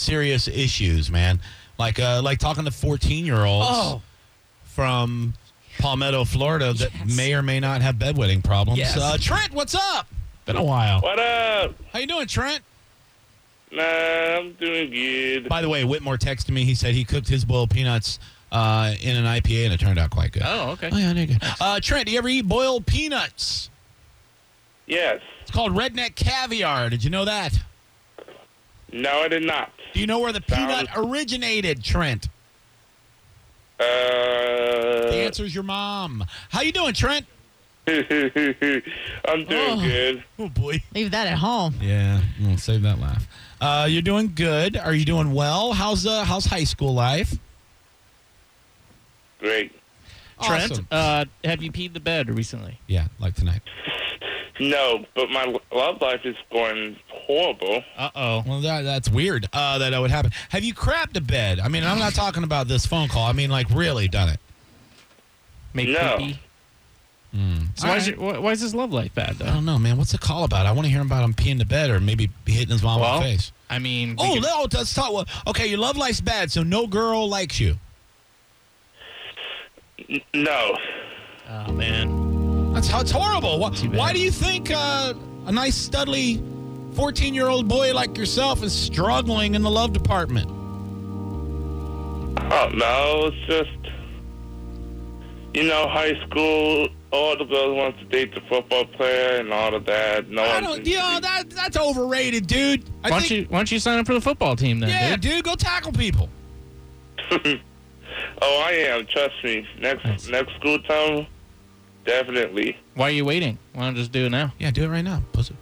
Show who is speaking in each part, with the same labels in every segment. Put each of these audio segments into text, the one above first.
Speaker 1: serious issues, man. Like uh, like talking to 14 year olds
Speaker 2: Oh.
Speaker 1: from Palmetto, Florida, that
Speaker 2: Yes.
Speaker 1: may or may not have bedwetting problems.
Speaker 2: Yes.
Speaker 1: Uh, Trent, what's up? Been a while.
Speaker 3: What up?
Speaker 1: How you doing, Trent?
Speaker 3: Nah, I'm doing good.
Speaker 1: By the way, Whitmore texted me. He said he cooked his boiled peanuts uh, in an IPA, and it turned out quite good.
Speaker 2: Oh, okay.
Speaker 1: Oh, yeah, they're good. Uh, Trent, do you ever eat boiled peanuts?
Speaker 3: Yes.
Speaker 1: It's called redneck caviar. Did you know that?
Speaker 3: No, I did not.
Speaker 1: Do you know where the peanut
Speaker 3: Sounds-
Speaker 1: originated, Trent?
Speaker 3: Uh,
Speaker 1: The answer is your mom. How you doing, Trent?
Speaker 3: I'm doing
Speaker 2: Oh.
Speaker 3: good.
Speaker 1: Oh boy.
Speaker 2: Leave that at home.
Speaker 1: Yeah, mm, save that laugh. Uh, you're doing good. Are you doing well? How's uh, how's high school life?
Speaker 3: Great.
Speaker 1: Awesome.
Speaker 2: Trent, uh, have you peed the bed recently?
Speaker 1: Yeah, like tonight.
Speaker 3: No, but my lo- love life is going horrible.
Speaker 2: Uh oh.
Speaker 1: Well, that, that's weird uh, that that would happen. Have you crapped a bed? I mean, I'm not talking about this phone call. I mean, like really done it.
Speaker 2: Make
Speaker 3: No.
Speaker 2: poopy. So
Speaker 1: All
Speaker 2: why, is
Speaker 1: right.
Speaker 2: your, why, why is his love life bad
Speaker 1: Hmm. I
Speaker 2: though?
Speaker 1: don't know, man. What's the call about? I want to hear about him peeing the bed or maybe hitting his mom
Speaker 2: well,
Speaker 1: in the face.
Speaker 2: I mean, we
Speaker 1: Oh,
Speaker 2: could-
Speaker 1: no, let's talk. well, Okay, your love life's bad, so no girl likes you.
Speaker 3: N- No.
Speaker 2: oh man,
Speaker 1: That's, that's horrible. Why,
Speaker 2: Too bad.
Speaker 1: why do you think uh, a nice, studly 14 year old boy like yourself is struggling in the love department?
Speaker 3: Oh, no. It's just, you know, high school, all the girls want to date the football player and all of that. No
Speaker 1: I
Speaker 3: one
Speaker 1: don't,
Speaker 3: seems
Speaker 1: you
Speaker 3: to
Speaker 1: know,
Speaker 3: be-
Speaker 1: that, that's overrated, dude. I
Speaker 2: why
Speaker 1: think-
Speaker 2: don't you why don't you sign up for the football team then,
Speaker 1: yeah,
Speaker 2: dude?
Speaker 1: dude, go tackle people.
Speaker 3: Oh, I am. Trust me. Next
Speaker 2: Nice.
Speaker 3: next school time, definitely.
Speaker 2: Why are you waiting? Why don't you just do it now?
Speaker 1: Yeah, do it right now. Pussy.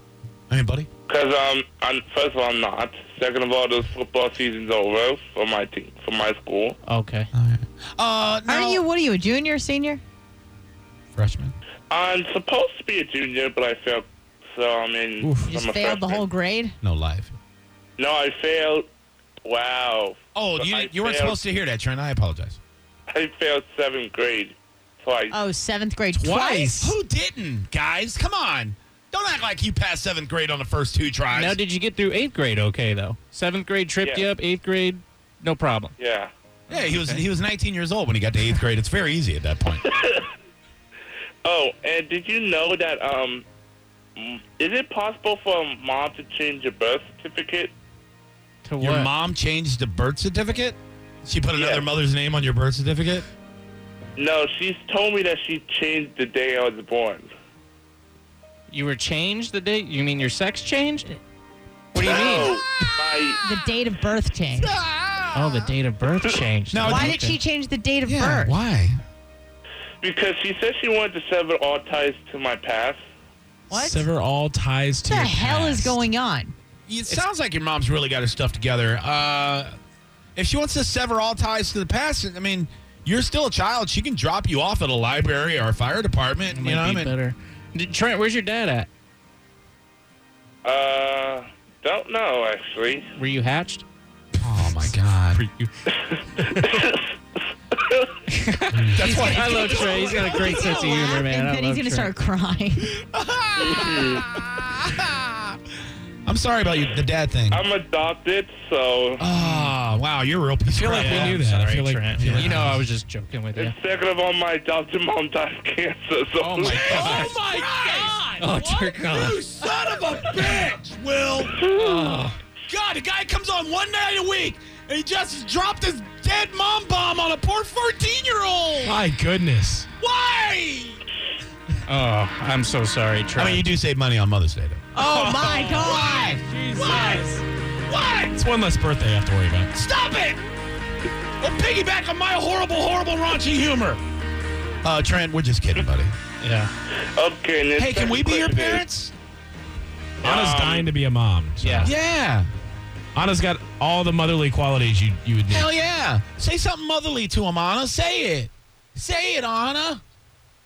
Speaker 1: I mean, buddy.
Speaker 3: Because um, I'm, first of all, I'm not. Second of all, the football season's over for my team, for my school.
Speaker 2: Okay.
Speaker 1: All right. Uh, now,
Speaker 4: Aren't you? What are you? A junior, senior?
Speaker 1: freshman?
Speaker 3: I'm supposed to be a junior, but I failed. So I'm in.
Speaker 1: Oof.
Speaker 4: You
Speaker 3: I'm
Speaker 4: just
Speaker 3: a
Speaker 4: failed the
Speaker 3: freshman.
Speaker 4: whole grade.
Speaker 1: No, live.
Speaker 3: No, I failed. Wow.
Speaker 1: Oh,
Speaker 3: But
Speaker 1: you,
Speaker 3: I
Speaker 1: you weren't
Speaker 3: failed-
Speaker 1: supposed to hear that, Trent. I apologize.
Speaker 3: I failed seventh grade twice.
Speaker 4: Oh, seventh grade
Speaker 1: Who didn't, guys? Come on. Don't act like you passed seventh grade on the first two tries.
Speaker 2: Now, did you get through eighth grade? Okay though. Seventh grade tripped
Speaker 3: Yeah.
Speaker 2: you up. Eighth grade, no problem.
Speaker 3: Yeah.
Speaker 1: yeah, he was
Speaker 2: Okay.
Speaker 1: he was 19 years old when he got to eighth grade. It's very easy at that point.
Speaker 3: Oh, and did you know that um, m- is it possible for a mom to change your birth certificate?
Speaker 2: To
Speaker 1: Your
Speaker 2: what?
Speaker 1: mom changed the birth certificate? She put another
Speaker 3: Yeah.
Speaker 1: mother's name on your birth certificate?
Speaker 3: No, she's told me that she changed the day I was born.
Speaker 2: You were changed the day. You mean your sex changed? What do you mean?
Speaker 3: No, my
Speaker 4: The date of birth change.
Speaker 2: Oh, the date of birth changed.
Speaker 1: Now,
Speaker 4: Why
Speaker 2: Okay.
Speaker 4: did she change the date of birth?
Speaker 1: why?
Speaker 3: Because she said she wanted to sever all ties to my past.
Speaker 4: What?
Speaker 5: Sever all ties to
Speaker 4: What the
Speaker 5: your
Speaker 4: hell is
Speaker 5: past.
Speaker 4: going on?
Speaker 1: It sounds like your mom's really got her stuff together. Uh, if she wants to sever all ties to the past, I mean, you're still a child. She can drop you off at a library or a fire department.
Speaker 2: It
Speaker 1: You
Speaker 2: might
Speaker 1: know what I
Speaker 2: be
Speaker 1: mean?
Speaker 2: better. Did- Trent, where's your dad at?
Speaker 3: Uh, don't know actually.
Speaker 2: Were you hatched?
Speaker 1: Oh, my God. That's why
Speaker 2: I love Trey. He's got a great sense of humor, man. I
Speaker 4: And then
Speaker 2: love
Speaker 4: he's
Speaker 2: Trey.
Speaker 4: gonna start crying.
Speaker 5: Oh,
Speaker 1: I'm sorry about you, the dad thing.
Speaker 3: I'm adopted, so
Speaker 1: Oh, wow. You're a real piece of
Speaker 5: feel like
Speaker 1: crap.
Speaker 5: we knew
Speaker 2: I'm
Speaker 5: that. I
Speaker 2: sorry,
Speaker 5: feel like-
Speaker 2: Trent.
Speaker 5: I feel like-
Speaker 2: you know, I was just joking with you.
Speaker 3: and second of all, my adopted mom died of cancer. So
Speaker 2: Oh my god!
Speaker 1: Oh, my
Speaker 2: Oh, dear God.
Speaker 1: You son of a bitch, Will. God, the guy comes on one night a week and he just dropped his dead mom bomb on a poor 14 year old.
Speaker 5: My goodness.
Speaker 1: Why?
Speaker 2: Oh, I'm so sorry, Trent.
Speaker 1: do save money on Mother's Day, though.
Speaker 4: oh my god!
Speaker 1: What?
Speaker 5: It's one less birthday I have to worry about.
Speaker 1: Stop it! Don't piggyback on my horrible, horrible, raunchy humor. Uh, Trent, we're just kidding, buddy.
Speaker 2: yeah,
Speaker 3: Okay. And the
Speaker 1: Hey, can we be
Speaker 3: second
Speaker 1: your
Speaker 3: question is-
Speaker 1: parents?
Speaker 5: Anna's
Speaker 3: Um,
Speaker 5: dying to be a mom. so-
Speaker 2: yeah.
Speaker 1: Yeah.
Speaker 5: Anna's got all the motherly qualities you, you would need.
Speaker 1: Hell yeah. Say something motherly to him, Anna. Say it. Say it, Anna.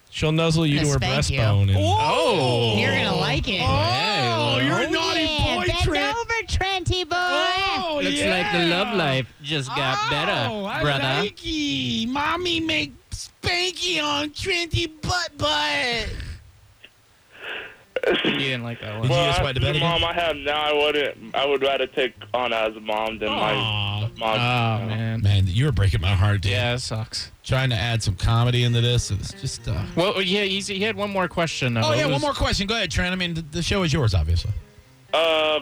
Speaker 5: She'll nuzzle you
Speaker 4: Gonna
Speaker 5: to her
Speaker 4: spank you.
Speaker 5: breastbone. And,
Speaker 1: Oh.
Speaker 4: You're gonna like it.
Speaker 1: Oh, you're a naughty
Speaker 4: yeah,
Speaker 1: boy,
Speaker 4: bend
Speaker 1: Trent.
Speaker 4: over, Trenty boy.
Speaker 1: Oh,
Speaker 2: Looks
Speaker 1: yeah.
Speaker 2: like the love life just got
Speaker 1: Oh, I
Speaker 2: better, brother.
Speaker 1: like ye. Mommy make spanky on Trenty butt butt.
Speaker 2: You didn't like that one.
Speaker 5: Did you
Speaker 3: Well,
Speaker 5: just
Speaker 3: I-
Speaker 5: went to
Speaker 3: the
Speaker 5: bed again?
Speaker 3: mom I have now, I wouldn't. I would rather take on as a mom than my
Speaker 5: Aw.
Speaker 2: Oh,
Speaker 3: mom.
Speaker 2: man.
Speaker 5: Man, you were breaking my heart, dude.
Speaker 2: Yeah, it sucks.
Speaker 5: Trying to add some comedy into this. It's just. Uh...
Speaker 2: Well, yeah, easy. He had one more question. Though.
Speaker 5: Oh,
Speaker 2: It
Speaker 5: yeah, one
Speaker 2: was-
Speaker 5: more question. Go ahead, Trent. I mean, the, the show is yours, obviously.
Speaker 3: Uh,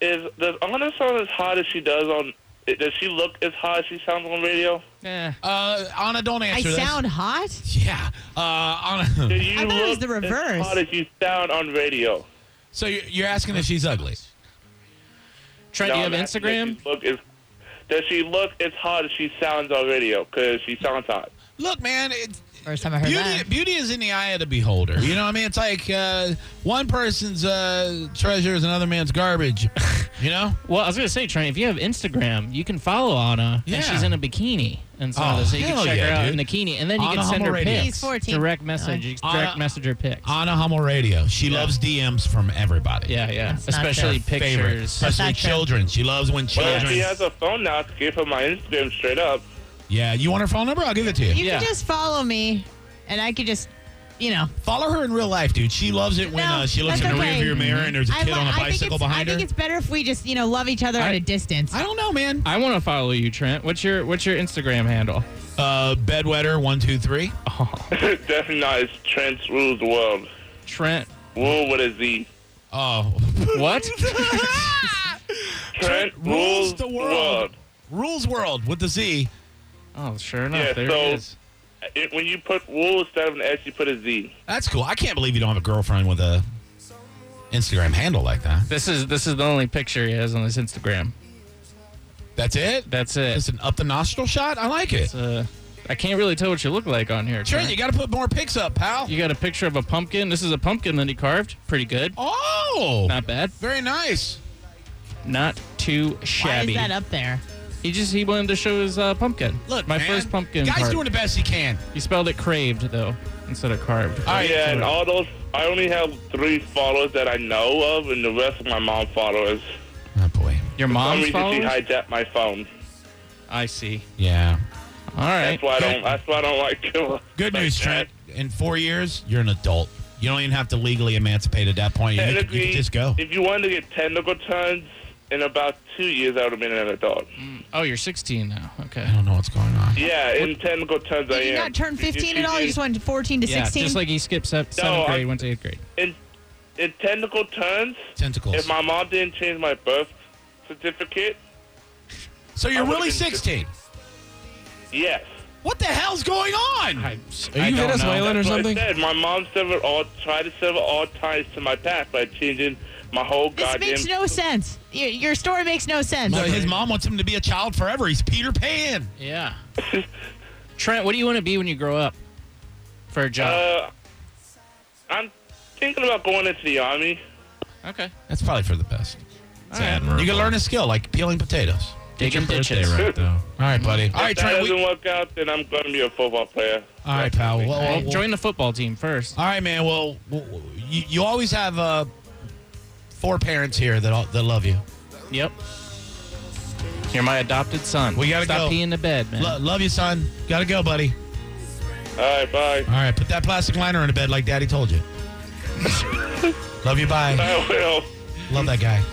Speaker 3: is does Anna sound as hot as she does on? Does she look as hot as she sounds on radio?
Speaker 2: Eh.
Speaker 5: Uh, Anna, don't
Speaker 4: I
Speaker 5: answer this.
Speaker 4: sound hot?
Speaker 5: Yeah. Uh,
Speaker 3: Do
Speaker 5: Anna.
Speaker 3: you
Speaker 4: I thought it was
Speaker 3: look
Speaker 4: the
Speaker 3: As
Speaker 4: reverse.
Speaker 3: hot as you sound on radio.
Speaker 5: So you're you're asking if she's ugly?
Speaker 2: Trent, do
Speaker 3: No,
Speaker 2: you have
Speaker 3: I'm asking
Speaker 2: Instagram?
Speaker 3: if she Look as, does she look as hot as she sounds on radio? Because she sounds hot.
Speaker 5: Look, man, it's,
Speaker 4: First time I heard
Speaker 5: beauty
Speaker 4: that.
Speaker 5: beauty is in the eye of the beholder. You know what I mean? It's like uh, one person's uh, treasure is another man's garbage. You know?
Speaker 2: Well, I was gonna say, Trent, if you have Instagram, you can follow Anna,
Speaker 5: Yeah.
Speaker 2: and she's in a bikini, and so,
Speaker 5: Oh,
Speaker 2: so you can
Speaker 5: hell
Speaker 2: check her
Speaker 5: yeah,
Speaker 2: out in
Speaker 5: dude.
Speaker 2: a bikini, and then you
Speaker 5: Anna
Speaker 2: can send
Speaker 5: Hummel
Speaker 2: her
Speaker 5: Radio.
Speaker 2: pics,
Speaker 4: He's 14.
Speaker 2: direct message, you can
Speaker 5: Anna-
Speaker 2: direct messenger pics.
Speaker 5: Anna Hummel Radio. She loves DMs from everybody.
Speaker 2: yeah, yeah,
Speaker 4: That's not
Speaker 2: especially
Speaker 4: fair.
Speaker 5: Favorite,
Speaker 2: pictures.
Speaker 5: especially
Speaker 4: That's not true.
Speaker 5: children. She loves when
Speaker 3: Well,
Speaker 5: children.
Speaker 3: she has a phone now. To give her my Instagram straight up.
Speaker 5: yeah, you want her phone number? I'll give it to you.
Speaker 4: You
Speaker 2: Yeah.
Speaker 4: can just follow me, and I could just, you know.
Speaker 5: Follow her in real life, dude. She loves it when
Speaker 4: No,
Speaker 5: uh, she looks in
Speaker 4: that's
Speaker 5: the
Speaker 4: okay.
Speaker 5: rearview mirror and there's a
Speaker 4: I
Speaker 5: kid
Speaker 4: li-
Speaker 5: on a
Speaker 4: I think
Speaker 5: bicycle
Speaker 4: it's-
Speaker 5: behind
Speaker 4: I
Speaker 5: her.
Speaker 4: think it's better if we just, you know, love each other
Speaker 2: I-
Speaker 4: at a distance.
Speaker 5: I don't know, man.
Speaker 2: I want to follow you, Trent. What's your What's your Instagram handle?
Speaker 5: Uh, bedwetter one two three.
Speaker 3: That's not. It's Trent's rules the world.
Speaker 2: Trent.
Speaker 3: Rule with a Z.
Speaker 5: Oh,
Speaker 2: What?
Speaker 3: Trent, rules the world.
Speaker 5: Rules world with the Z.
Speaker 2: Oh, sure enough,
Speaker 3: Yeah,
Speaker 2: there
Speaker 3: so-
Speaker 2: it is.
Speaker 3: It- when you put rule instead of an S, you put a Z.
Speaker 5: That's cool. I can't believe you don't have a girlfriend with a Instagram handle like that.
Speaker 2: This is this is the only picture he has on his Instagram.
Speaker 5: That's it.
Speaker 2: That's it.
Speaker 5: Just an up the nostril shot. I like it.
Speaker 2: It's, uh, I can't really tell what you look like on here.
Speaker 5: Trent, you got to put more pics up, pal.
Speaker 2: You got a picture of a pumpkin. This is a pumpkin that he carved. Pretty good.
Speaker 5: Oh,
Speaker 2: Not bad.
Speaker 5: very nice.
Speaker 2: Not too
Speaker 4: Why is
Speaker 2: shabby.
Speaker 4: that up there?
Speaker 2: He just he wanted to show his uh, pumpkin.
Speaker 5: Look,
Speaker 2: my
Speaker 5: man,
Speaker 2: first pumpkin.
Speaker 5: Guy's
Speaker 2: part.
Speaker 5: doing the best he can.
Speaker 2: He spelled it craved though instead of carved.
Speaker 5: All right.
Speaker 3: Yeah, and all those. I only have three followers that I know of, and the rest of my mom followers.
Speaker 5: Oh boy.
Speaker 2: Your
Speaker 3: Some
Speaker 2: mom's
Speaker 3: reason she
Speaker 2: followers.
Speaker 3: hijacked my phone.
Speaker 2: I see.
Speaker 5: Yeah.
Speaker 2: All right.
Speaker 3: That's why I don't. That's why I don't like her.
Speaker 5: Good
Speaker 3: Like
Speaker 5: news,
Speaker 3: that.
Speaker 5: Trent. In four years, you're an adult. You don't even have to legally emancipate at that point. You, you, can- you
Speaker 3: Technically,
Speaker 5: can just go.
Speaker 3: If you wanted to get technical tons in about two years, I would have been an adult.
Speaker 5: Mm.
Speaker 2: Oh, you're 16 now. Okay.
Speaker 5: I don't know what's going on.
Speaker 3: Yeah, in technical tons, I
Speaker 4: Did you
Speaker 3: am.
Speaker 4: not turn 15 at all? You just went 14 to
Speaker 2: Yeah,
Speaker 4: 16?
Speaker 2: just like he skipped se- seventh
Speaker 3: I-
Speaker 2: grade, went to eighth grade.
Speaker 3: in, in technical tons.
Speaker 5: Tentacles.
Speaker 3: If my mom didn't change my birth certificate,
Speaker 5: so you're
Speaker 3: I would've
Speaker 5: really
Speaker 3: been-
Speaker 5: 16.
Speaker 3: yes.
Speaker 5: What the hell's going on?
Speaker 2: I,
Speaker 1: Are
Speaker 2: I
Speaker 1: you
Speaker 2: don't
Speaker 1: Venezuelan
Speaker 2: know.
Speaker 1: or
Speaker 3: So I
Speaker 1: something?
Speaker 3: said my mom severed all tried to sever all ties to my past by changing my whole
Speaker 4: this
Speaker 3: goddamn.
Speaker 4: makes no sense. Your, your story makes no sense.
Speaker 5: No, his mom wants him to be a child forever. He's Peter Pan.
Speaker 2: Yeah. Trent, what do you want to be when you grow up? For a job.
Speaker 3: uh, I'm thinking about going into the army. Uh,
Speaker 2: okay.
Speaker 5: That's probably for the best.
Speaker 2: All right.
Speaker 5: You can learn a skill like peeling potatoes.
Speaker 2: Digging ditches.
Speaker 5: right, though. All right, buddy. All right,
Speaker 3: if that
Speaker 5: Trent. we-
Speaker 3: doesn't work out, then I'm going to be a football player.
Speaker 5: all right, pal. Well, well,
Speaker 2: Well,
Speaker 5: well-
Speaker 2: join the football team first.
Speaker 5: all right, man. Well, well, well, you, you always have uh, four parents here that all, that love you.
Speaker 2: Yep. You're my adopted son.
Speaker 5: We gotta
Speaker 2: Stop
Speaker 5: go.
Speaker 2: peeing the bed, man.
Speaker 5: Lo- love you, son. Gotta go, buddy.
Speaker 3: All right, bye.
Speaker 5: All right, put that plastic liner in the bed like Daddy told you. love you. Bye.
Speaker 3: I will.
Speaker 5: Love that guy.